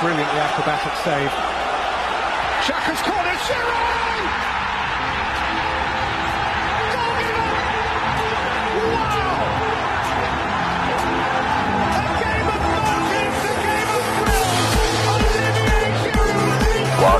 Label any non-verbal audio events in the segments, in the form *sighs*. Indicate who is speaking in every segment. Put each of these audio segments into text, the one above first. Speaker 1: Brilliantly acrobatic save. Shaka's corner, Shearer! Goalkeeper! Wow! A game of matches, a game of thrills. Olivier Giroud
Speaker 2: Wow,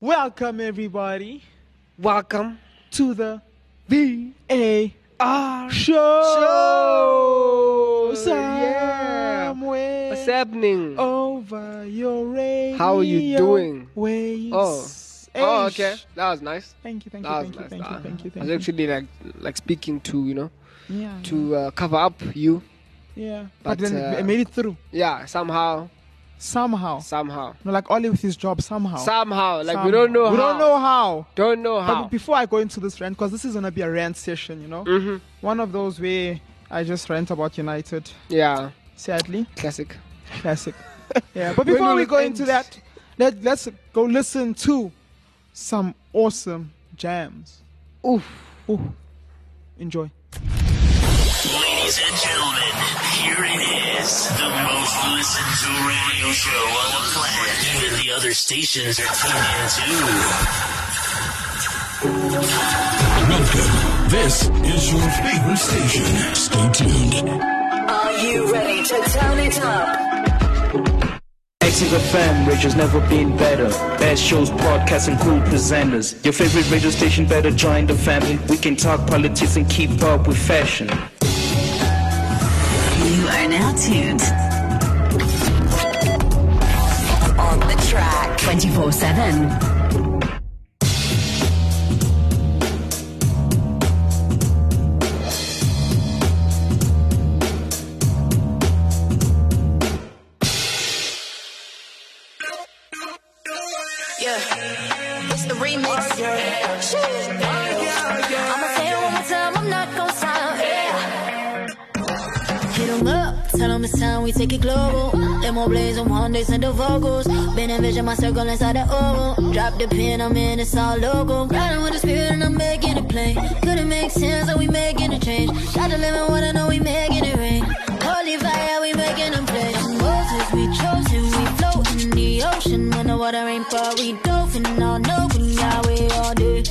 Speaker 3: Welcome, everybody. Welcome to the VAR
Speaker 4: Oh!
Speaker 3: show.
Speaker 4: Show, yeah.
Speaker 3: Somewhere
Speaker 4: What's happening?
Speaker 3: Over your radio.
Speaker 4: How are you doing?
Speaker 3: Waves.
Speaker 4: Oh. Oh, okay. That was nice.
Speaker 3: Thank you, thank you,
Speaker 4: That was
Speaker 3: thank you,
Speaker 4: nice.
Speaker 3: thank you,
Speaker 4: Nah,
Speaker 3: thank you,
Speaker 4: I
Speaker 3: thank
Speaker 4: was
Speaker 3: you.
Speaker 4: actually like like speaking to you know
Speaker 3: yeah,
Speaker 4: to uh, cover up you.
Speaker 3: yeah. But,
Speaker 4: but,
Speaker 3: then it
Speaker 4: uh,
Speaker 3: made it through
Speaker 4: Yeah, somehow,
Speaker 3: somehow.
Speaker 4: somehow,
Speaker 3: No, like Ollie with his job somehow.
Speaker 4: somehow. Like
Speaker 3: Somehow.
Speaker 4: we don't know.
Speaker 3: We
Speaker 4: how.
Speaker 3: don't know how.
Speaker 4: Don't know how.
Speaker 3: But before I go into this rant, because this is gonna be a rant session, you know,
Speaker 4: Mhm.
Speaker 3: one of those where I just rant about United.
Speaker 4: Yeah,
Speaker 3: Sadly.
Speaker 4: *laughs* classic. *laughs*
Speaker 3: Classic. yeah, but
Speaker 4: When
Speaker 3: before
Speaker 4: will
Speaker 3: we
Speaker 4: it
Speaker 3: go
Speaker 4: end?
Speaker 3: into that, let, let's go listen to some awesome jams.
Speaker 4: Oof.
Speaker 3: Ooh. Enjoy.
Speaker 5: Ladies and gentlemen, here it is, the most listened to radio show on the planet. Even the other stations are tuned in too.
Speaker 6: Welcome. This is your favorite station. Stay tuned.
Speaker 7: Are you ready to turn it up?
Speaker 8: Exit FM, radio's never been better. Best shows, podcasts, and cool presenters. Your favorite radio station better join the family. We can talk politics and keep up with fashion.
Speaker 7: You are now tuned. On the track 24 7.
Speaker 9: Yeah, it's the remix. Sheesh. I'ma say it one more time, I'm not gon' stop. Hit 'em up, tell 'em it's time we take it global. Demo blaze and one day send the vocals. Been envision my circle inside the oval. Drop the pin, I'm in, it's all local. Riding with the spirit and I'm making it plain. Couldn't make sense, and we making a change. Got to live in what I know, we making it rain. Holy fire, we making a play. Moses, we chosen, we float in the ocean when the water ain't far. We dolphin, all know we got way all day.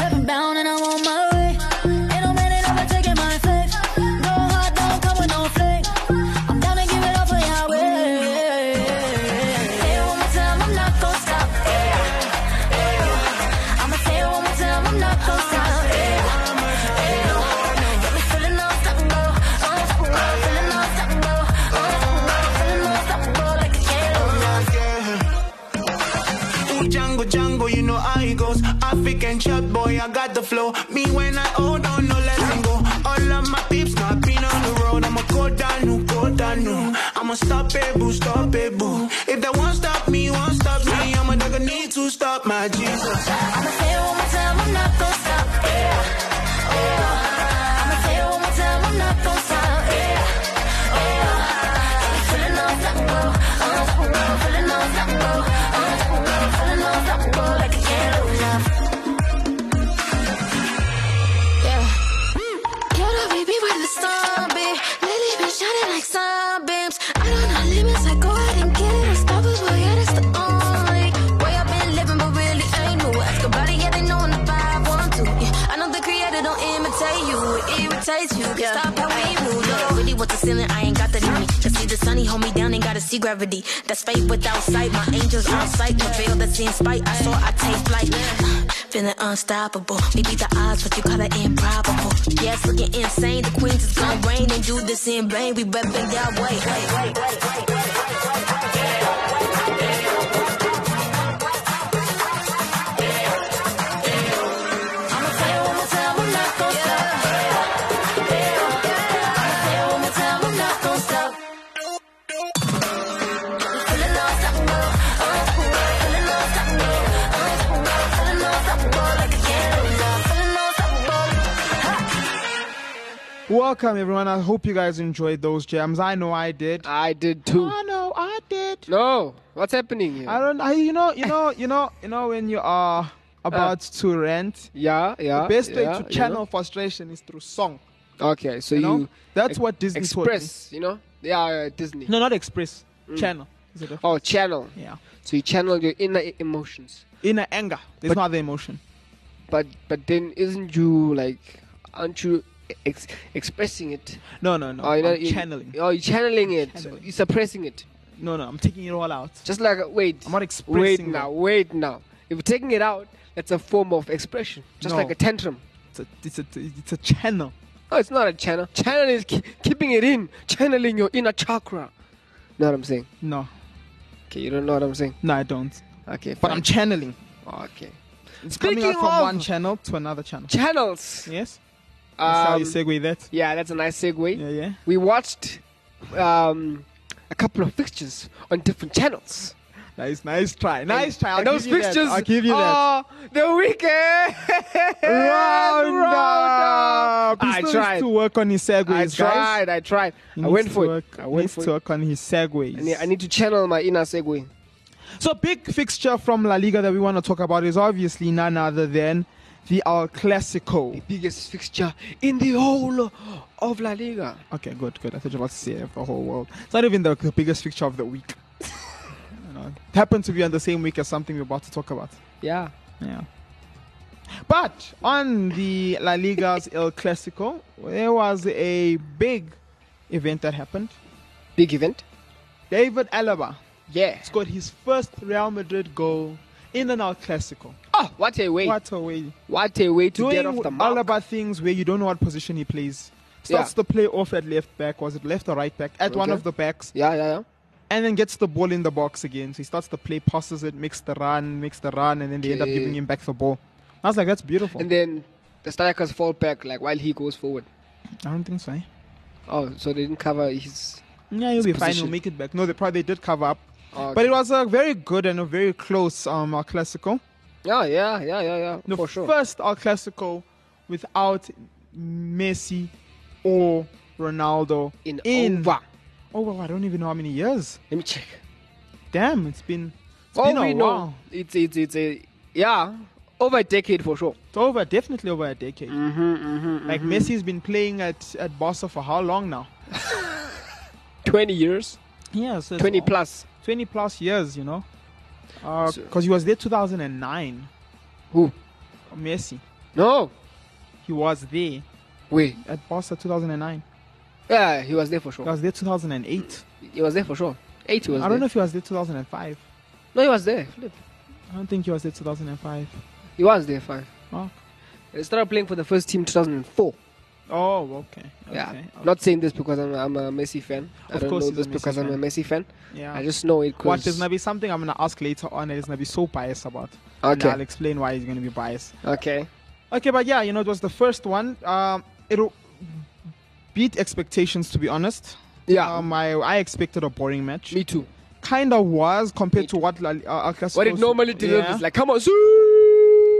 Speaker 9: Heaven bound and I'm on my way. Ain't no man that ever taking my faith. No heart, don't come with no flame. I'm down to give it all for Yahweh. Say it one more time, I'm not gonna stop. I'ma say it one more time, I'm not gonna stop. Got me feeling unstoppable, unstoppable, feeling unstoppable, unstoppable, feeling unstoppable like I can't lose.
Speaker 10: Ooh, Django, Django, you know how it goes. African chat boy, I got the flow. Me when I hold on, no letting go. All of my peeps not been on the road. I'ma go down, new, go down, new. I'ma stop it, boo, stop it, boo. If they won't stop me, won't stop me. I'ma gonna need to stop my Jesus.
Speaker 9: I'ma say it one more time, I'm not gonna stop. Yeah, yeah. I'ma say it one more time, I'm not gonna stop. Yeah, yeah. Got me feeling unstoppable, unstoppable, feeling unstoppable, unstoppable, feeling unstoppable like I can't lose now. Yeah. You're the baby with the sun, babe. Lately been shining like sunbeams. I don't know limits, I go out and get it. Unstoppable, yeah, that's the only way I've been living, but really ain't new. Ask about it, yeah, they know I'm the 512. Yeah, I know the creator don't imitate you, it irritates you. Can't stop how we move. Look, I really want the ceiling, I ain't got that in me. Can see the sunny, hold me down, ain't gotta see gravity. That's fate without sight, my angels on sight. The veil that's in spite, I saw I take flight. *sighs* Feeling unstoppable. We beat the odds, but you call it improbable. Yeah, it's looking insane. The queens is gonna reign and do this in vain. We repping Yahweh. I'ma say it one more time, I'm not gonna stop. I'ma say it one more time, I'm not gonna stop. Feeling unstoppable, unstoppable, feeling unstoppable.
Speaker 3: Welcome, everyone. I hope you guys enjoyed those jams. I know I did.
Speaker 4: I did too.
Speaker 3: I know I did.
Speaker 4: No, what's happening here?
Speaker 3: I don't. I you know you know you know you know when you are about to rant.
Speaker 4: Uh, Yeah, yeah.
Speaker 3: The best
Speaker 4: yeah,
Speaker 3: way to
Speaker 4: you
Speaker 3: channel
Speaker 4: know.
Speaker 3: frustration is through song.
Speaker 4: Okay, so
Speaker 3: you
Speaker 4: you,
Speaker 3: know? That's
Speaker 4: ex-
Speaker 3: what Disney taught me.
Speaker 4: express, you know? Yeah, uh, Disney. Mm.
Speaker 3: No, not express. Channel. Is it a-
Speaker 4: Oh, channel.
Speaker 3: Yeah.
Speaker 4: So you channel your inner e- emotions,
Speaker 3: Inner anger. There's no other emotion.
Speaker 4: but but then isn't you like, aren't you ex- expressing it?
Speaker 3: No, no, no.
Speaker 4: Or you know,
Speaker 3: I'm
Speaker 4: you-
Speaker 3: channeling.
Speaker 4: Oh, you're channeling it.
Speaker 3: Channeling.
Speaker 4: You're suppressing it.
Speaker 3: No, no. I'm taking it all out.
Speaker 4: Just like uh, wait.
Speaker 3: I'm not
Speaker 4: Wait
Speaker 3: expressing
Speaker 4: now.
Speaker 3: them.
Speaker 4: Wait now. If you're taking it out, that's a form of expression, just
Speaker 3: No.
Speaker 4: like a tantrum.
Speaker 3: It's a, it's a, it's a channel.
Speaker 4: No, it's not a channel. Channel is ke- keeping it in, channeling your inner chakra. Know what I'm saying?
Speaker 3: No,
Speaker 4: Okay, you don't know what I'm saying.
Speaker 3: no, I don't.
Speaker 4: Okay, Oh,
Speaker 3: But I'm channeling.
Speaker 4: okay.
Speaker 3: It's coming
Speaker 4: Speaking
Speaker 3: out from
Speaker 4: of-
Speaker 3: one channel to another channel.
Speaker 4: Channels.
Speaker 3: Yes. That's how you
Speaker 4: Um,
Speaker 3: segue that.
Speaker 4: Yeah, that's a nice segue.
Speaker 3: Yeah, yeah.
Speaker 4: We watched um, a couple of fixtures on different channels.
Speaker 3: Nice, nice try. Nice try. I'll
Speaker 4: and those
Speaker 3: give you
Speaker 4: fixtures
Speaker 3: that. I'll give you that.
Speaker 4: are the weekend
Speaker 3: Round
Speaker 4: roundup.
Speaker 3: up. He
Speaker 4: I
Speaker 3: still
Speaker 4: tried.
Speaker 3: needs to work on his
Speaker 4: *laughs*
Speaker 3: segues,
Speaker 4: I
Speaker 3: guys.
Speaker 4: tried. I tried.
Speaker 3: He
Speaker 4: I
Speaker 3: needs
Speaker 4: went
Speaker 3: to
Speaker 4: for it.
Speaker 3: work-
Speaker 4: I went
Speaker 3: needs
Speaker 4: for
Speaker 3: to
Speaker 4: it.
Speaker 3: work on his segues.
Speaker 4: I need, I need to channel my inner segue.
Speaker 3: So big fixture from La Liga that we want to talk about is obviously none other than the El Clasico.
Speaker 4: Biggest fixture in the whole of La Liga.
Speaker 3: Okay, good, good. I thought you were about to say it for the whole world. It's not even the, the biggest fixture of the week. *laughs* you know, it happened to be on the same week as something we're about to talk about.
Speaker 4: Yeah.
Speaker 3: Yeah. But on the La *laughs* Liga's El Clasico, there was a big event that happened.
Speaker 4: Big event.
Speaker 3: David Alaba
Speaker 4: Yeah.
Speaker 3: scored his first Real Madrid goal in an El Clasico.
Speaker 4: Oh, what a way! What,
Speaker 3: What a way.
Speaker 4: a way to
Speaker 3: Doing
Speaker 4: get off the
Speaker 3: all
Speaker 4: mark.
Speaker 3: about things where you don't know what position he plays. Starts
Speaker 4: Yeah.
Speaker 3: the play off at left back, was it left or right back? At one
Speaker 4: Okay.
Speaker 3: of the backs,
Speaker 4: Yeah, yeah, yeah.
Speaker 3: and then gets the ball in the box again. So he starts the play, passes it, makes the run, makes the run, and then they end up
Speaker 4: Okay.
Speaker 3: giving him back the ball. I was like, that's beautiful.
Speaker 4: And then the strikers fall back, like while he goes forward.
Speaker 3: I don't think so. eh?
Speaker 4: Oh, so they didn't cover his.
Speaker 3: Yeah, he'll be fine.
Speaker 4: position.
Speaker 3: He'll make it back. No, they probably did cover up.
Speaker 4: Oh,
Speaker 3: But it was a very good and a very close um, El Clasico.
Speaker 4: yeah, yeah, yeah, yeah, yeah.
Speaker 3: The
Speaker 4: for sure.
Speaker 3: first El Clasico without Messi or Ronaldo
Speaker 4: in,
Speaker 3: in
Speaker 4: over.
Speaker 3: Oh wow, I don't even know how many years.
Speaker 4: Let me check.
Speaker 3: Damn, it's been it's
Speaker 4: Oh,
Speaker 3: been
Speaker 4: we
Speaker 3: a
Speaker 4: know
Speaker 3: while.
Speaker 4: it's it's it's a yeah over a decade for sure.
Speaker 3: It's over definitely over a decade. like Messi's been playing at at Barca for how long now?
Speaker 4: Twenty years,
Speaker 3: Yeah, so it's
Speaker 4: twenty
Speaker 3: all-
Speaker 4: plus.
Speaker 3: twenty plus years, you know. Because
Speaker 4: So-
Speaker 3: he was there 2009.
Speaker 4: Who?
Speaker 3: Messi,
Speaker 4: No,
Speaker 3: he was there
Speaker 4: wait.
Speaker 3: at Barca 2009.
Speaker 4: Yeah, he was there for
Speaker 3: He
Speaker 4: sure.
Speaker 3: was there 2008.
Speaker 4: He was there for sure. Eight he was.
Speaker 3: I don't know
Speaker 4: there.
Speaker 3: if he was there 2005.
Speaker 4: No, he was there. Flip.
Speaker 3: I don't think he was there 2005.
Speaker 4: He was there. Fine.
Speaker 3: Oh.
Speaker 4: He started playing for the first team 2004.
Speaker 3: Oh, okay.
Speaker 4: Yeah,
Speaker 3: okay.
Speaker 4: not saying this because I'm, I'm a Messi fan. I
Speaker 3: Of
Speaker 4: don't
Speaker 3: course
Speaker 4: know
Speaker 3: he's a
Speaker 4: this
Speaker 3: Messi
Speaker 4: because I'm
Speaker 3: fan.
Speaker 4: a Messi fan.
Speaker 3: yeah.
Speaker 4: I just know it
Speaker 3: what
Speaker 4: because
Speaker 3: there's gonna be something I'm gonna ask later on. There's gonna be so biased about. And
Speaker 4: Okay.
Speaker 3: I'll explain why he's gonna be biased.
Speaker 4: okay,
Speaker 3: Okay, but yeah, you know, it was the first one. Um, it beat expectations, to be honest.
Speaker 4: yeah,
Speaker 3: Um, I, I expected a boring match.
Speaker 4: me too.
Speaker 3: Kinda was
Speaker 4: Me
Speaker 3: compared to what La, uh, Al Clasico.
Speaker 4: What it normally delivers,
Speaker 3: Yeah.
Speaker 4: like come on, Zoo!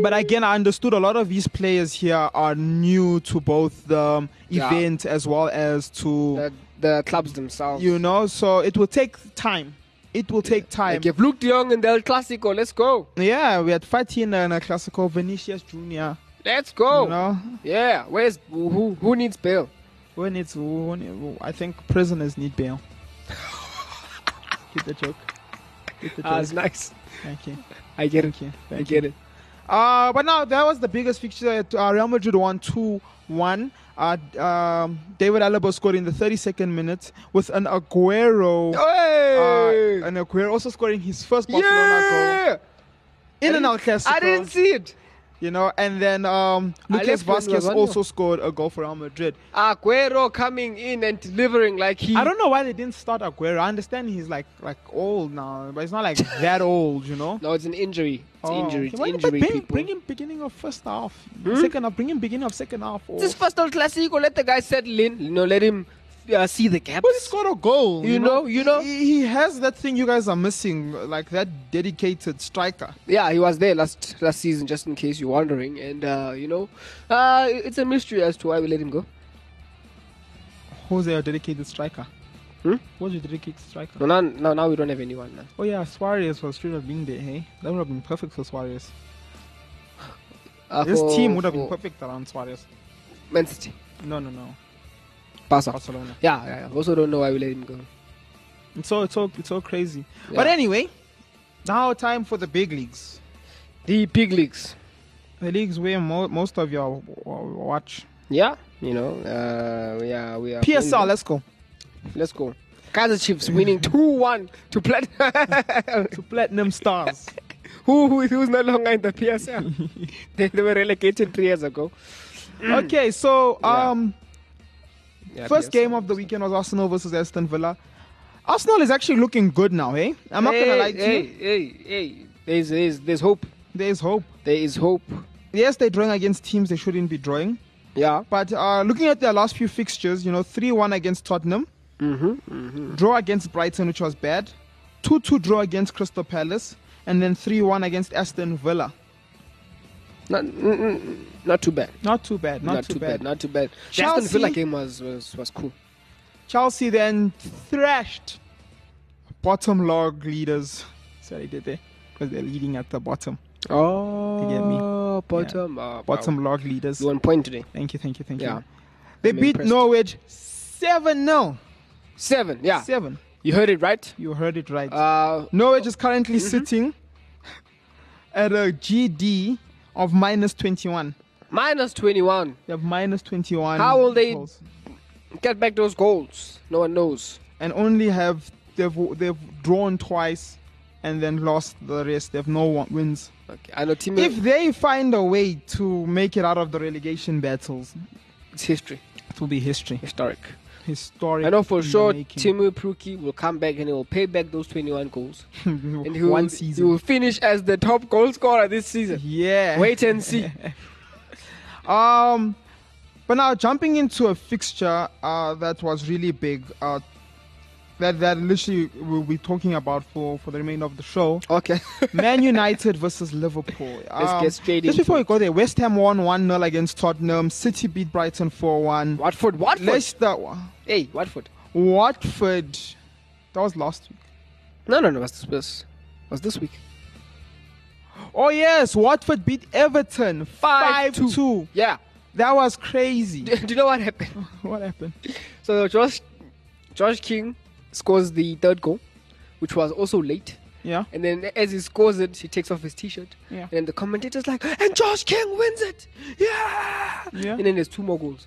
Speaker 3: But again, I understood a lot of these players here are new to both the um,
Speaker 4: Yeah.
Speaker 3: event as well as to
Speaker 4: the, the clubs themselves.
Speaker 3: you know. So it will take time. It will take time.
Speaker 4: like if Luke De Jong and Del Clasico, let's go,
Speaker 3: Yeah, we had Fatina and a classical Vinicius Junior.
Speaker 4: let's go.
Speaker 3: You know,
Speaker 4: Yeah, where's who? Who needs bail?
Speaker 3: when it's when it- I think prisoners need *laughs* bail. Get the joke. Get the joke.
Speaker 4: Ah, it's nice.
Speaker 3: Thank you.
Speaker 4: I get it.
Speaker 3: Thank you.
Speaker 4: I
Speaker 3: Thank you.
Speaker 4: get it.
Speaker 3: Uh, but now that was the biggest fixture. That, uh, Real Madrid won two one. Uh, d- um, David Alaba scored in the 32nd minute with an Aguero.
Speaker 4: Hey!
Speaker 3: Uh, an Aguero also scoring his first Barcelona goal
Speaker 4: yeah!
Speaker 3: in an
Speaker 4: I
Speaker 3: El
Speaker 4: didn't-
Speaker 3: Clasico.
Speaker 4: I didn't see it.
Speaker 3: You know, and then um, Lucas
Speaker 4: left when it
Speaker 3: Vasquez
Speaker 4: was 1-0.
Speaker 3: also scored a goal for Real Madrid.
Speaker 4: Aguero coming in and delivering like he.
Speaker 3: I don't know why they didn't start Aguero. I understand he's like like old now, but he's not like that old, you know.
Speaker 4: No, it's an injury. It's
Speaker 3: Oh,
Speaker 4: injury.
Speaker 3: okay.
Speaker 4: It's
Speaker 3: Why not
Speaker 4: injury.
Speaker 3: bring,
Speaker 4: people. Hmm?
Speaker 3: bring him beginning of first half, second half. Bring him beginning of second half. Or... *laughs*
Speaker 4: This first all classico, let the guy settle in. You know, let him uh, see the gaps.
Speaker 3: But he scored a goal.
Speaker 4: You know, you know.
Speaker 3: He, he has that thing you guys are missing, like that dedicated striker.
Speaker 4: Yeah, he was there last last season, just in case you're wondering. And uh, you know, uh, it's a mystery as to why we let him go.
Speaker 3: Who's your dedicated striker?
Speaker 4: Hmm?
Speaker 3: Who's your dedicated striker?
Speaker 4: No, now, now, now we don't have anyone. Now.
Speaker 3: Oh yeah, Suarez was straight up being there, hey? That would have been perfect for Suarez.
Speaker 4: Uh,
Speaker 3: this
Speaker 4: for-
Speaker 3: team would have been
Speaker 4: for
Speaker 3: perfect around Suarez.
Speaker 4: Man City.
Speaker 3: No, no, no.
Speaker 4: Barca.
Speaker 3: Barcelona.
Speaker 4: Yeah, yeah, yeah. Also don't know why we let him go.
Speaker 3: It's all, it's all, it's all crazy. But
Speaker 4: Yeah.
Speaker 3: anyway, now time for the big leagues.
Speaker 4: The big leagues.
Speaker 3: The leagues where mo- most of your w- w- watch.
Speaker 4: Yeah, you know, uh, we are we are.
Speaker 3: PSL,
Speaker 4: going-
Speaker 3: let's *laughs* go.
Speaker 4: let's go. Kaiser Chiefs winning two one to Platinum. *laughs*
Speaker 3: To Platinum *laughs* Stars.
Speaker 4: who who is who's no longer in the PSL? *laughs* they, they were relegated three years ago.
Speaker 3: okay, so um,
Speaker 4: Yeah,
Speaker 3: first
Speaker 4: PSL.
Speaker 3: game of the weekend was Arsenal versus Aston Villa. Arsenal is actually looking good now, hey? I'm not gonna
Speaker 4: Hey,
Speaker 3: lie to
Speaker 4: hey,
Speaker 3: you.
Speaker 4: Hey, hey, there's there's there's hope.
Speaker 3: There is hope.
Speaker 4: There is hope.
Speaker 3: Yes, they're drawing against teams they shouldn't be drawing.
Speaker 4: Yeah.
Speaker 3: But uh, looking at their last few fixtures, you know, 3 1 against Tottenham,
Speaker 4: Mm-hmm,
Speaker 3: draw against Brighton, which was bad, 2 2 draw against Crystal Palace, and then 3 1 against Aston Villa.
Speaker 4: Not mm, mm, mm, not too bad.
Speaker 3: Not too bad, not, too, bad.
Speaker 4: Not too bad. The
Speaker 3: Chelsea-
Speaker 4: Aston Villa game was was was cool.
Speaker 3: Chelsea then thrashed bottom log leaders. Sorry, did they? Because they're leading at the bottom.
Speaker 4: Oh,
Speaker 3: get me?
Speaker 4: bottom. Uh,
Speaker 3: Bottom log leaders.
Speaker 4: You one point today.
Speaker 3: Thank you, thank you, thank
Speaker 4: Yeah.
Speaker 3: you. They
Speaker 4: I'm
Speaker 3: beat
Speaker 4: impressed.
Speaker 3: Norwich 7 0.
Speaker 4: Seven. Yeah.
Speaker 3: 7.
Speaker 4: You heard it right.
Speaker 3: You heard it right.
Speaker 4: Uh,
Speaker 3: Norwich is currently sitting at a GD of minus 21.
Speaker 4: minus twenty-one.
Speaker 3: They have minus 21.
Speaker 4: How will they-
Speaker 3: goals.
Speaker 4: Get back those goals. No one knows.
Speaker 3: And only have they've they've drawn twice and then lost the rest. They have no one- wins.
Speaker 4: Okay. I know team.
Speaker 3: If they find a way to make it out of the relegation battles,
Speaker 4: it's history,
Speaker 3: it will be history.
Speaker 4: historic.
Speaker 3: Historic.
Speaker 4: I know for
Speaker 3: in the
Speaker 4: sure
Speaker 3: making.
Speaker 4: Timu Pruki will come back and he will pay back those 21 goals.
Speaker 3: *laughs*
Speaker 4: And he will,
Speaker 3: one
Speaker 4: He will
Speaker 3: season.
Speaker 4: finish as the top goal scorer this season.
Speaker 3: Yeah.
Speaker 4: Wait and see.
Speaker 3: Um, but now jumping into a fixture uh, that was really big, uh, that that literally we'll be talking about for, for the remainder of the *laughs* show.
Speaker 4: *laughs* Okay.
Speaker 3: Man United versus Liverpool.
Speaker 4: Let's
Speaker 3: Um,
Speaker 4: get straight
Speaker 3: Just
Speaker 4: into
Speaker 3: before we
Speaker 4: it.
Speaker 3: go there, West Ham won one 0 against Tottenham. City beat Brighton four one.
Speaker 4: Watford, Watford.
Speaker 3: Leicester,
Speaker 4: hey, Watford.
Speaker 3: Watford. That was last week.
Speaker 4: No, no, no. Was this, was, was this week?
Speaker 3: Oh yes, Watford beat Everton five
Speaker 4: Five-two.
Speaker 3: two.
Speaker 4: Yeah. *laughs*
Speaker 3: That was crazy. *laughs*
Speaker 4: Do, do you know what happened? *laughs*
Speaker 3: what happened?
Speaker 4: So Josh, Josh King scores the third goal, which was also late.
Speaker 3: Yeah.
Speaker 4: And then as he scores it, he takes off his t-shirt.
Speaker 3: Yeah.
Speaker 4: And then the commentator's like, and Josh King wins it. Yeah.
Speaker 3: Yeah.
Speaker 4: And then there's two more
Speaker 3: *laughs*
Speaker 4: goals.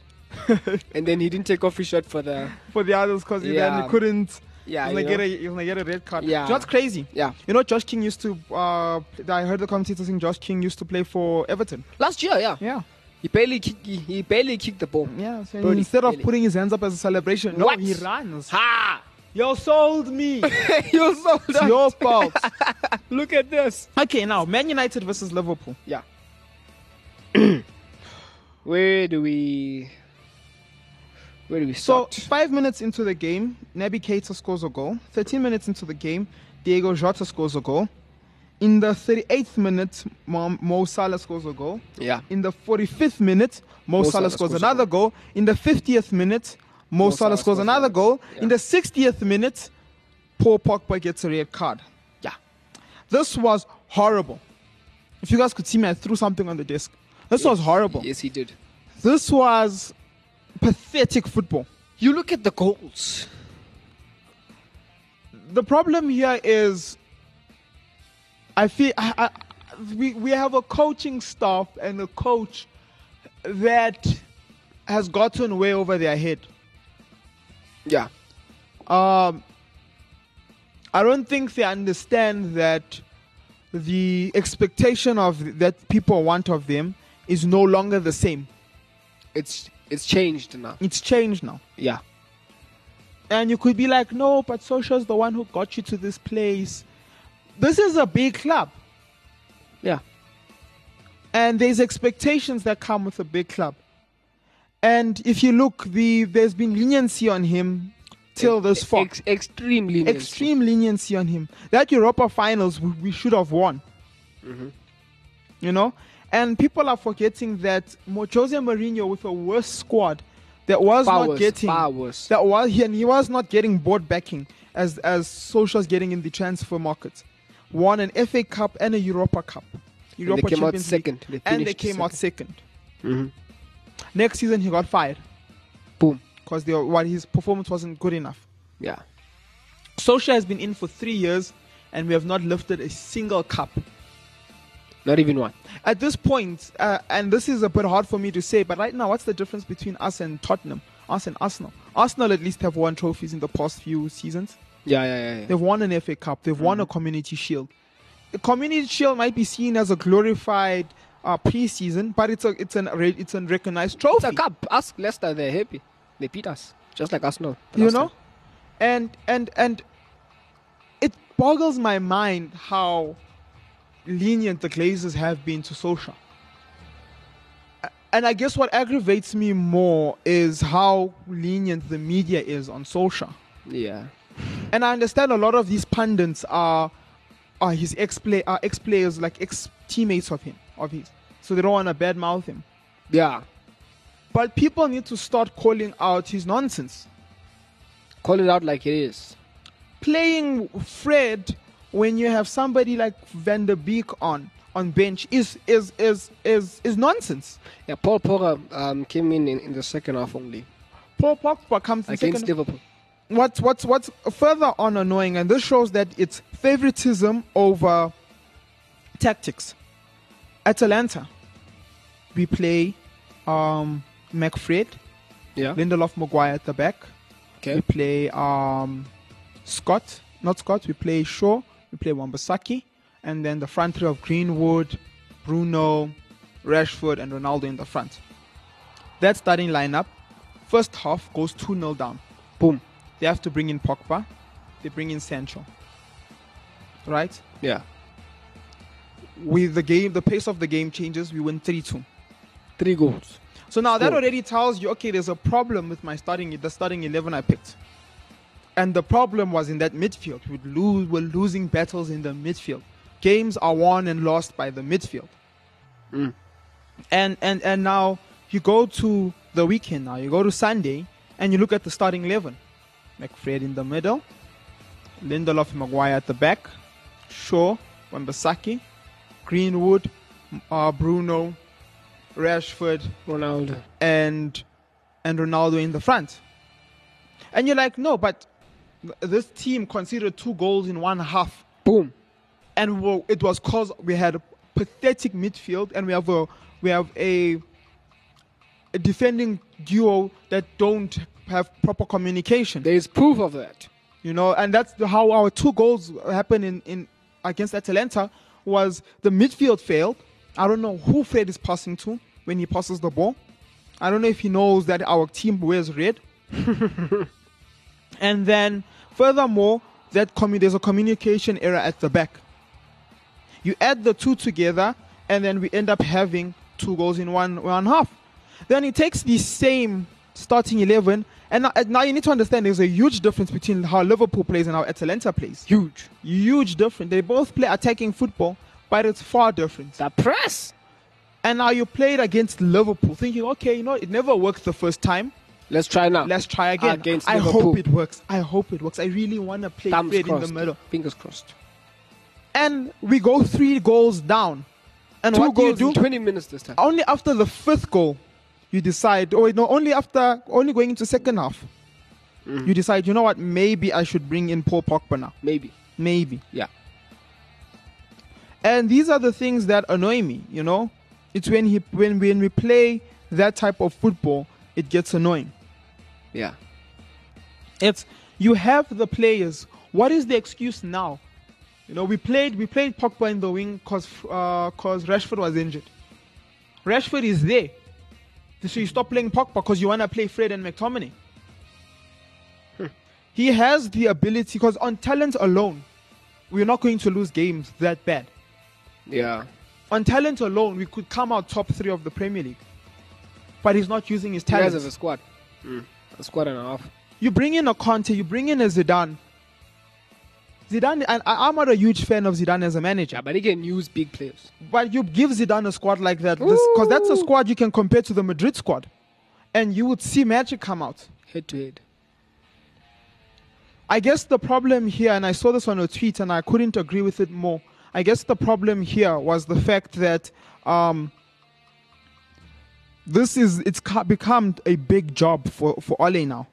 Speaker 4: and then he didn't take off his shirt for the
Speaker 3: for the others because then
Speaker 4: Yeah.
Speaker 3: he couldn't.
Speaker 4: yeah.
Speaker 3: he's
Speaker 4: you
Speaker 3: gonna
Speaker 4: know?
Speaker 3: get a he's gonna get a red card.
Speaker 4: Yeah.
Speaker 3: that's crazy.
Speaker 4: Yeah.
Speaker 3: You know, Josh King used to. Uh, I heard the commentator saying Josh King used to play for Everton.
Speaker 4: Last year, yeah.
Speaker 3: Yeah,
Speaker 4: He barely kicked. He, he barely kicked the ball.
Speaker 3: yeah. So
Speaker 4: Really?
Speaker 3: instead of
Speaker 4: Really?
Speaker 3: putting his hands up as a celebration,
Speaker 4: What?
Speaker 3: no, he
Speaker 4: *laughs*
Speaker 3: runs.
Speaker 4: Ha!
Speaker 3: You sold
Speaker 4: *laughs*
Speaker 3: me. it's
Speaker 4: You're
Speaker 3: *laughs*
Speaker 4: so done.
Speaker 3: your fault.
Speaker 4: *laughs* Look at this.
Speaker 3: okay, now Man United versus Liverpool.
Speaker 4: Yeah. where do we? Where do we
Speaker 3: So
Speaker 4: start?
Speaker 3: five minutes into the game, Naby Keita scores a goal. Thirteen minutes into the game, Diego Jota scores a goal. In the 38th minute, Mo Mo Salah scores a goal.
Speaker 4: yeah.
Speaker 3: In the 45th minute, Mo, Salah, scores, another goal. In the 50th minute, Mo, Salah, scores another goal. In the 60th minute, Paul Pogba gets a red card.
Speaker 4: Yeah.
Speaker 3: This was horrible. If you guys could see me, I threw something on the desk. This was horrible.
Speaker 4: Yes, he did.
Speaker 3: This was pathetic football.
Speaker 4: You look at the goals.
Speaker 3: The problem here is, I feel I, I, we we have a coaching staff and a coach that has gotten way over their head.
Speaker 4: Yeah.
Speaker 3: um, I don't think they understand that the expectation of that people want of them is no longer the same.
Speaker 4: It's it's changed now.
Speaker 3: It's changed now.
Speaker 4: Yeah.
Speaker 3: And you could be like, no, but Social's the one who got you to this place. This is a big club,
Speaker 4: Yeah.
Speaker 3: and there's expectations that come with a big club. And if you look, the there's been leniency on him till this far.
Speaker 4: Ex- extremely. nasty.
Speaker 3: extreme leniency on him. That Europa finals we, we should have won.
Speaker 4: Mm-hmm.
Speaker 3: You know? And people are forgetting that Mo- Jose Mourinho with a worse squad that was not
Speaker 4: Powers,
Speaker 3: getting
Speaker 4: powers.
Speaker 3: that was he and he was not getting board backing as as Solskjaer's getting in the transfer market. Won an FA Cup and a Europa Cup. Europa
Speaker 4: came out
Speaker 3: Champions League,
Speaker 4: second. They
Speaker 3: and they
Speaker 4: finished Mm-hmm.
Speaker 3: came out second. Next season he got fired.
Speaker 4: Boom.
Speaker 3: Because they were- well, his performance wasn't good enough.
Speaker 4: Yeah.
Speaker 3: Solskjaer has been in for three years and we have not lifted a single cup.
Speaker 4: Not even one.
Speaker 3: At this point, uh, and this is a bit hard for me to say, but right now, what's the difference between us and Tottenham? Us and Arsenal. Arsenal at least have won trophies in the past few seasons.
Speaker 4: Yeah, yeah, yeah. yeah.
Speaker 3: They've won an FA Cup. They've won a Community Shield. The Community Shield might be seen as a glorified uh, preseason, but it's a it's an re- it's a recognized trophy.
Speaker 4: It's a cup. Ask Leicester. They're happy. They beat us. Just like Arsenal. the
Speaker 3: you
Speaker 4: last
Speaker 3: know
Speaker 4: time.
Speaker 3: and and and it boggles my mind how lenient the glazers have been to social and i guess what aggravates me more is how lenient the media is on social
Speaker 4: Yeah.
Speaker 3: and i understand a lot of these pundits are are his ex play are ex players like ex teammates of him of his so they don't want to badmouth him
Speaker 4: Yeah.
Speaker 3: but people need to start calling out his nonsense
Speaker 4: Call it out like it is.
Speaker 3: playing Fred when you have somebody like Van der Beek on on bench is is is is is nonsense.
Speaker 4: Yeah, Paul Pogba um, came in, in in the second half only
Speaker 3: Paul Pogba comes in
Speaker 4: against
Speaker 3: second.
Speaker 4: Liverpool.
Speaker 3: What's what's what's further on annoying, and this shows that it's favoritism over tactics. Atalanta, we play um, McFred,
Speaker 4: Yeah.
Speaker 3: Lindelof, Maguire at the back.
Speaker 4: Okay.
Speaker 3: We play um, Scott, not Scott. We play Shaw. We play Wambasaki, and then the front three of Greenwood, Bruno, Rashford, and Ronaldo in the front. That starting lineup, first half goes two 0 down.
Speaker 4: Boom.
Speaker 3: They have to bring in Pogba. They bring in Sancho. Right?
Speaker 4: Yeah.
Speaker 3: With the game, the pace of the game changes. We win three two.
Speaker 4: Three goals.
Speaker 3: So now that
Speaker 4: Sure.
Speaker 3: already tells you, okay, there's a problem with my starting the starting eleven I picked, and the problem was in that midfield. We lose, we're losing battles in the midfield. Games are won and lost by the midfield. And and and now you go to the weekend. Now you go to Sunday and you look at the starting eleven. McFred in the middle, Lindelof, and Maguire at the back, Shaw, Wambasaki, Greenwood, m- uh, Bruno, Rashford,
Speaker 4: Ronaldo.
Speaker 3: and and Ronaldo in the front. And you're like, no, but th- this team conceded two goals in one half,
Speaker 4: Boom.
Speaker 3: and we it was cause we had a pathetic midfield, and we have a we have a, a defending duo that don't have proper communication.
Speaker 4: There is proof of that.
Speaker 3: You know, and that's the- how our two goals happened in, in against Atalanta was the midfield failed. I don't know who Fred is passing to when he passes the ball. I don't know if he knows that our team wears red. and then, furthermore, that commu- there's a communication error at the back. You add the two together, and then we end up having two goals in one one half. Then he takes the same starting eleven, and now, and now you need to understand there's a huge difference between how Liverpool plays and how Atalanta plays.
Speaker 4: Huge.
Speaker 3: Huge difference. They both play attacking football, but it's far different.
Speaker 4: The press.
Speaker 3: And now you played against Liverpool, thinking, okay, you know, it never worked the first time.
Speaker 4: Let's try now.
Speaker 3: Let's try again.
Speaker 4: Against
Speaker 3: I
Speaker 4: Liverpool.
Speaker 3: hope it works. I hope it works. I really want to play
Speaker 4: Thumbs
Speaker 3: Fred in
Speaker 4: crossed.
Speaker 3: the middle.
Speaker 4: Fingers crossed.
Speaker 3: And we go three goals down. And
Speaker 4: Two
Speaker 3: what
Speaker 4: goals
Speaker 3: do you
Speaker 4: in
Speaker 3: do?
Speaker 4: 20 minutes this time.
Speaker 3: only after the fifth goal you decide or no only after only going into second half
Speaker 4: Mm.
Speaker 3: you decide you know what maybe i should bring in paul pogba now
Speaker 4: Maybe.
Speaker 3: maybe
Speaker 4: Yeah.
Speaker 3: and these are the things that annoy me you know it's when he when when we play that type of football it gets annoying
Speaker 4: Yeah.
Speaker 3: it's you have the players what is the excuse now you know we played we played pogba in the wing because because rashford was injured rashford is there so you stop playing pogba because you want to play fred and mctominay
Speaker 4: Hmm.
Speaker 3: he has the ability because on talent alone we're not going to lose games that bad
Speaker 4: Yeah.
Speaker 3: on talent alone we could come out top three of the premier league but he's not using his
Speaker 4: He
Speaker 3: talent
Speaker 4: has a squad. Mm. A squad and a half.
Speaker 3: you bring in a Conte, you bring in a Zidane. Zidane, and I, I'm not a huge fan of Zidane as a manager,
Speaker 4: Yeah, but he can use big players.
Speaker 3: but you give Zidane a squad like that because that's a squad you can compare to the Madrid squad, and you would see magic come out.
Speaker 4: Head to head.
Speaker 3: I guess the problem here, and I saw this on a tweet and I couldn't agree with it more. I guess the problem here was the fact that um, this is it's ca- become a big job for for Ole now.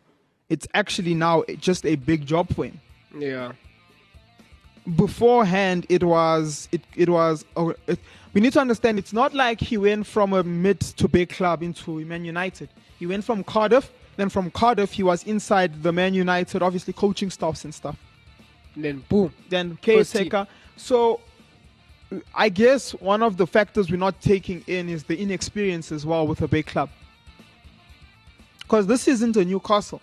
Speaker 3: It's actually now just a big job for him.
Speaker 4: Yeah.
Speaker 3: Beforehand, it was it it was. oh, it, we need to understand it's not like he went from a mid to big club into Man United. He went from Cardiff, then from Cardiff he was inside the Man United, obviously coaching staffs and stuff
Speaker 4: And then boom.
Speaker 3: then
Speaker 4: First team.
Speaker 3: caretaker. So I guess one of the factors we're not taking in is the inexperience as well with a big club. Because this isn't a Newcastle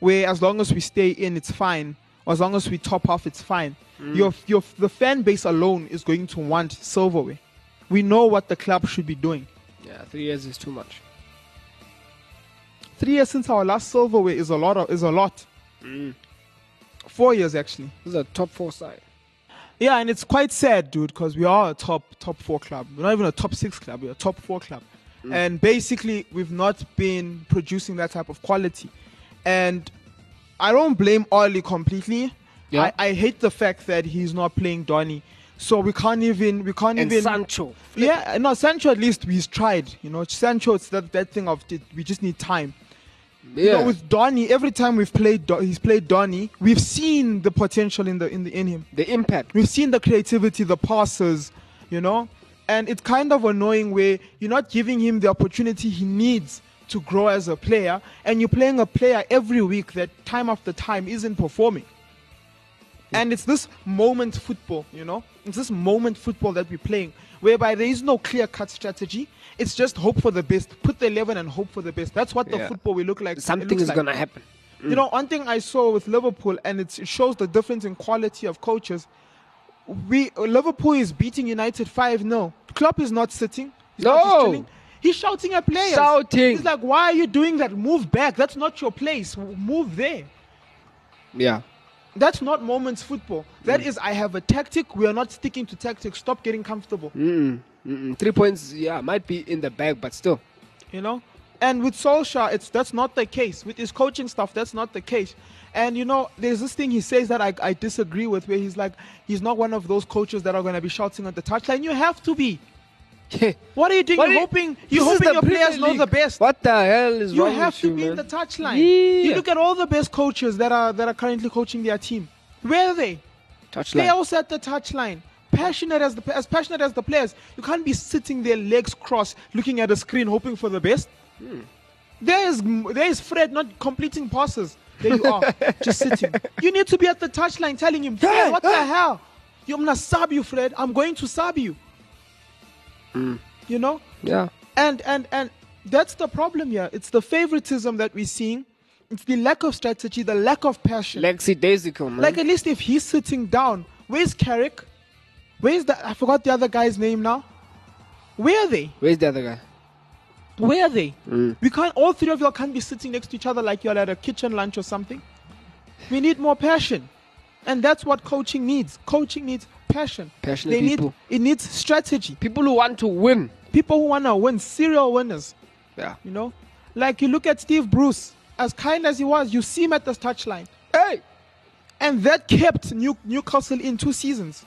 Speaker 3: where as long as we stay in, it's fine. Or as long as we top off, it's fine. Your, your, the fan base alone is going to want silverware. We know what the club should be doing.
Speaker 4: Yeah, three years is too much.
Speaker 3: Three years since our last silverware is a lot. Of, is a lot. Four years actually.
Speaker 4: This is a top four side.
Speaker 3: Yeah, and it's quite sad, dude, because we are a top top four club. We're not even a top six club. We're a top four club,
Speaker 4: Mm.
Speaker 3: and basically we've not been producing that type of quality. And I don't blame Ollie completely.
Speaker 4: Yeah.
Speaker 3: I, I hate the fact that he's not playing Donny, so we can't even we can't
Speaker 4: And
Speaker 3: even
Speaker 4: Sancho.
Speaker 3: yeah, uh, no, Sancho at least he's tried. You know, Sancho it's that, that thing of t- we just need time. You
Speaker 4: Yeah.
Speaker 3: know, with Donny, every time we've played, Do- he's played Donny. We've seen the potential in the in the in him.
Speaker 4: the impact.
Speaker 3: We've seen the creativity, the passes, you know, and it's kind of annoying where you're not giving him the opportunity he needs to grow as a player, and you're playing a player every week that time after time isn't performing. And it's this moment football, you know, it's this moment football that we're playing, whereby there is no clear cut strategy. It's just hope for the best, put the eleven and hope for the best. That's what the
Speaker 4: Yeah.
Speaker 3: football we look like. it
Speaker 4: Something
Speaker 3: looks
Speaker 4: is
Speaker 3: like.
Speaker 4: gonna happen.
Speaker 3: You know, one thing I saw with Liverpool, and it's, it shows the difference in quality of coaches. We Liverpool is beating United five 0 Klopp is not sitting. He's not just
Speaker 4: No.
Speaker 3: chilling. he's shouting at players.
Speaker 4: Shouting.
Speaker 3: He's like, "Why are you doing that? Move back. That's not your place. W- Move there."
Speaker 4: Yeah.
Speaker 3: That's not moments football.
Speaker 4: Mm.
Speaker 3: That is, I have a tactic. We are not sticking to tactics. Stop getting comfortable.
Speaker 4: Mm, Three points, yeah, might be in the bag, but still. *laughs*
Speaker 3: you know. And with Solskjaer, it's that's not the case. With his coaching stuff, that's not the case. And you know, there's this thing he says that I, I disagree with, where he's like, he's not one of those coaches that are going to be shouting at the touchline. You have to be. What are you doing?
Speaker 4: What
Speaker 3: you're
Speaker 4: i-
Speaker 3: hoping
Speaker 4: This
Speaker 3: you're
Speaker 4: is
Speaker 3: hoping
Speaker 4: the
Speaker 3: your players
Speaker 4: Premier
Speaker 3: know the
Speaker 4: League.
Speaker 3: best.
Speaker 4: What the hell is
Speaker 3: You
Speaker 4: wrong
Speaker 3: have
Speaker 4: with
Speaker 3: to
Speaker 4: you,
Speaker 3: be
Speaker 4: man?
Speaker 3: in the touchline.
Speaker 4: Yeah.
Speaker 3: You look at all the best coaches that are that are currently coaching their team. Where are they? They
Speaker 4: touchline.
Speaker 3: also at the touchline. Passionate as the as passionate as the players, you can't be sitting there legs crossed, looking at a screen, hoping for the best. There is there is Fred not completing passes. There you are, just sitting. You need to be at the touchline, telling him, Fred, what the hell? You're gonna sub you, Fred. I'm going to sub you. You know,
Speaker 4: Yeah.
Speaker 3: and and and that's the problem here. It's the favoritism that we're seeing. It's the lack of strategy, the lack of passion.
Speaker 4: Lexi Daisical, man.
Speaker 3: Like at least if he's sitting down, where's Carrick? Where's the I forgot the other guy's name now. Where are they?
Speaker 4: Where's the other guy?
Speaker 3: Where are they?
Speaker 4: Mm.
Speaker 3: We can't all three of y'all can't be sitting next to each other like you're at a kitchen lunch or something. We need more passion. And that's what coaching needs. Coaching needs passion.
Speaker 4: Passionate
Speaker 3: they
Speaker 4: people.
Speaker 3: need it needs strategy.
Speaker 4: People who want to win.
Speaker 3: People who wanna win, serial winners.
Speaker 4: Yeah.
Speaker 3: You know? Like you look at Steve Bruce, as kind as he was, you see him at the touchline.
Speaker 4: Hey!
Speaker 3: And that kept New- Newcastle in two seasons.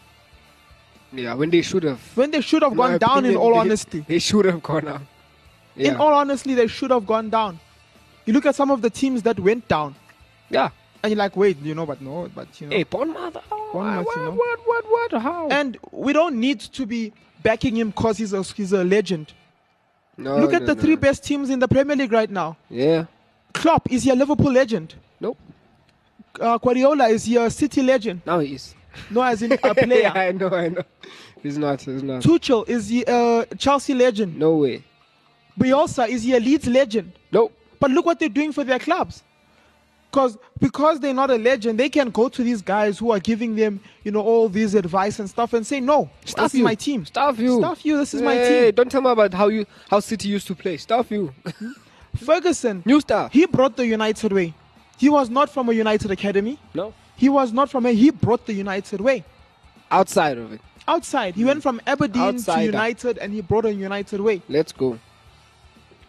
Speaker 4: Yeah, when they should have.
Speaker 3: when they should have gone
Speaker 4: My
Speaker 3: down in
Speaker 4: opinion,
Speaker 3: all
Speaker 4: they-
Speaker 3: honesty.
Speaker 4: They should have gone up. Yeah.
Speaker 3: In all honesty, they should have gone down. You look at some of the teams that went down,
Speaker 4: yeah.
Speaker 3: and you're like, wait, you know, but no, but you know.
Speaker 4: Hey, Bournemouth. Oh,
Speaker 3: Bournemouth,
Speaker 4: what,
Speaker 3: you know.
Speaker 4: what, what, what, How?
Speaker 3: And we don't need to be backing him because he's a, he's a legend.
Speaker 4: no,
Speaker 3: look at
Speaker 4: Oh, no,
Speaker 3: the
Speaker 4: no.
Speaker 3: three best teams in the Premier League right now.
Speaker 4: Yeah.
Speaker 3: Klopp is your Liverpool legend.
Speaker 4: Nope.
Speaker 3: Uh, Guardiola is your City legend.
Speaker 4: Now he is.
Speaker 3: No,
Speaker 4: *laughs*
Speaker 3: as in a player.
Speaker 4: yeah, I know, I know. He's not, he's not.
Speaker 3: Tuchel is your uh, Chelsea legend.
Speaker 4: No way.
Speaker 3: Bielsa is your Leeds legend.
Speaker 4: Nope.
Speaker 3: But look what they're doing for their clubs. Because because they're not a legend, they can go to these guys who are giving them, you know, all these advice and stuff and say, No,
Speaker 4: Stuff
Speaker 3: this
Speaker 4: you.
Speaker 3: is my team.
Speaker 4: Stuff you.
Speaker 3: Stuff you, this is my
Speaker 4: Hey,
Speaker 3: team.
Speaker 4: Don't tell me about how you how City used to play. Stuff you. *laughs*
Speaker 3: Ferguson,
Speaker 4: New stuff.
Speaker 3: he brought the United way. He was not from a United Academy.
Speaker 4: No.
Speaker 3: He was not from a he brought the United way.
Speaker 4: Outside of it.
Speaker 3: Outside. He went from Aberdeen
Speaker 4: Outsider.
Speaker 3: to United and he brought a United way.
Speaker 4: Let's go.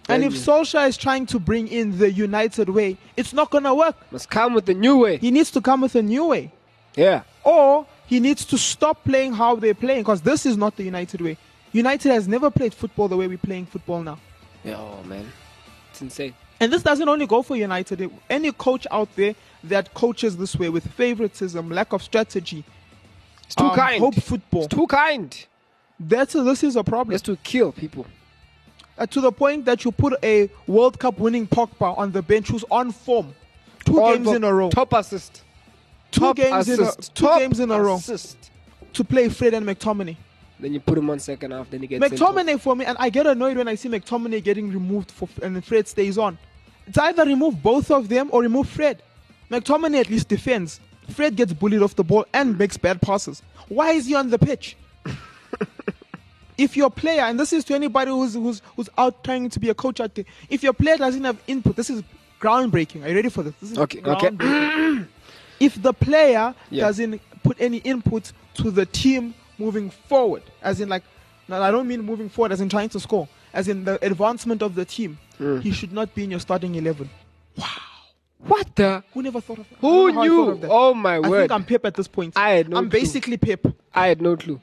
Speaker 3: And if Solskjaer is trying to bring in the United way, it's not going to work.
Speaker 4: Must come with a new way.
Speaker 3: He needs to come with a new way.
Speaker 4: Yeah.
Speaker 3: Or he needs to stop playing how they're playing because this is not the United way. United has never played football the way we're playing football now.
Speaker 4: Yeah, oh man, it's insane.
Speaker 3: And this doesn't only go for United. Any coach out there that coaches this way with favoritism, lack of strategy,
Speaker 4: It's too
Speaker 3: um,
Speaker 4: kind.
Speaker 3: hope football,
Speaker 4: It's too kind.
Speaker 3: that's a, this is a problem.
Speaker 4: It's to kill people.
Speaker 3: Uh, to the point that you put a World Cup winning Pogba on the bench who's on form. Two
Speaker 4: All
Speaker 3: games
Speaker 4: the-
Speaker 3: in a row.
Speaker 4: Top assist.
Speaker 3: two
Speaker 4: top
Speaker 3: games in a,
Speaker 4: assist.
Speaker 3: two
Speaker 4: top
Speaker 3: games in a row
Speaker 4: Assist.
Speaker 3: to play Fred and McTominay.
Speaker 4: Then you put him on second half. Then he gets sent off.
Speaker 3: McTominay for me, and I get annoyed when I see McTominay getting removed for, and Fred stays on. It's either remove both of them or remove Fred. McTominay at least defends. Fred gets bullied off the ball and makes bad passes. Why is he on the pitch? if your player, and this is to anybody who's, who's, who's out trying to be a coach out there, if your player doesn't have input, this is groundbreaking. Are you ready for this? This is
Speaker 4: Okay, okay.
Speaker 3: groundbreaking. if the player
Speaker 4: Yeah.
Speaker 3: doesn't put any input to the team moving forward, as in like, no, I don't mean moving forward as in trying to score, as in the advancement of the team,
Speaker 4: Mm.
Speaker 3: he should not be in your starting 11.
Speaker 4: What the?
Speaker 3: Who never thought of that? I
Speaker 4: Who
Speaker 3: don't know how I thought
Speaker 4: knew?
Speaker 3: of that.
Speaker 4: Oh my
Speaker 3: I
Speaker 4: word!
Speaker 3: think I'm Pep at this point.
Speaker 4: I had no
Speaker 3: I'm
Speaker 4: clue.
Speaker 3: basically Pep.
Speaker 4: I had no clue.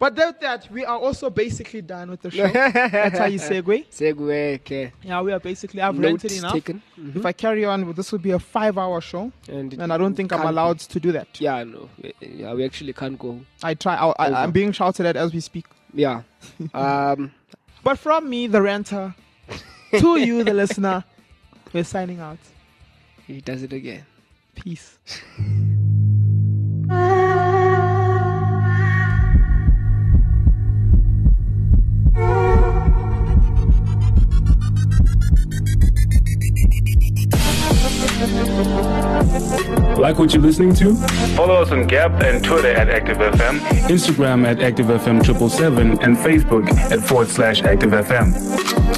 Speaker 3: But with that, we are also basically done with the
Speaker 4: *laughs*
Speaker 3: show. That's how you segue.
Speaker 4: Segway. Okay.
Speaker 3: Yeah, we are basically, I've
Speaker 4: Notes
Speaker 3: rented enough.
Speaker 4: taken. Mhm.
Speaker 3: If I carry on, this will be a five hour show.
Speaker 4: And it
Speaker 3: And I don't think I'm
Speaker 4: can't be.
Speaker 3: allowed to do that.
Speaker 4: Yeah, I know. Yeah, we actually can't go.
Speaker 3: I try. I, I, I'm being shouted at as we speak. *laughs*
Speaker 4: Yeah. um.
Speaker 3: But from me, the renter, to you, the listener, we're signing out.
Speaker 4: He does it again.
Speaker 3: Peace.
Speaker 6: Like what you're listening to?
Speaker 11: Follow us on Gap and Twitter at Active FM.
Speaker 6: Instagram at ActiveFM777 and Facebook at forward slash ActiveFM.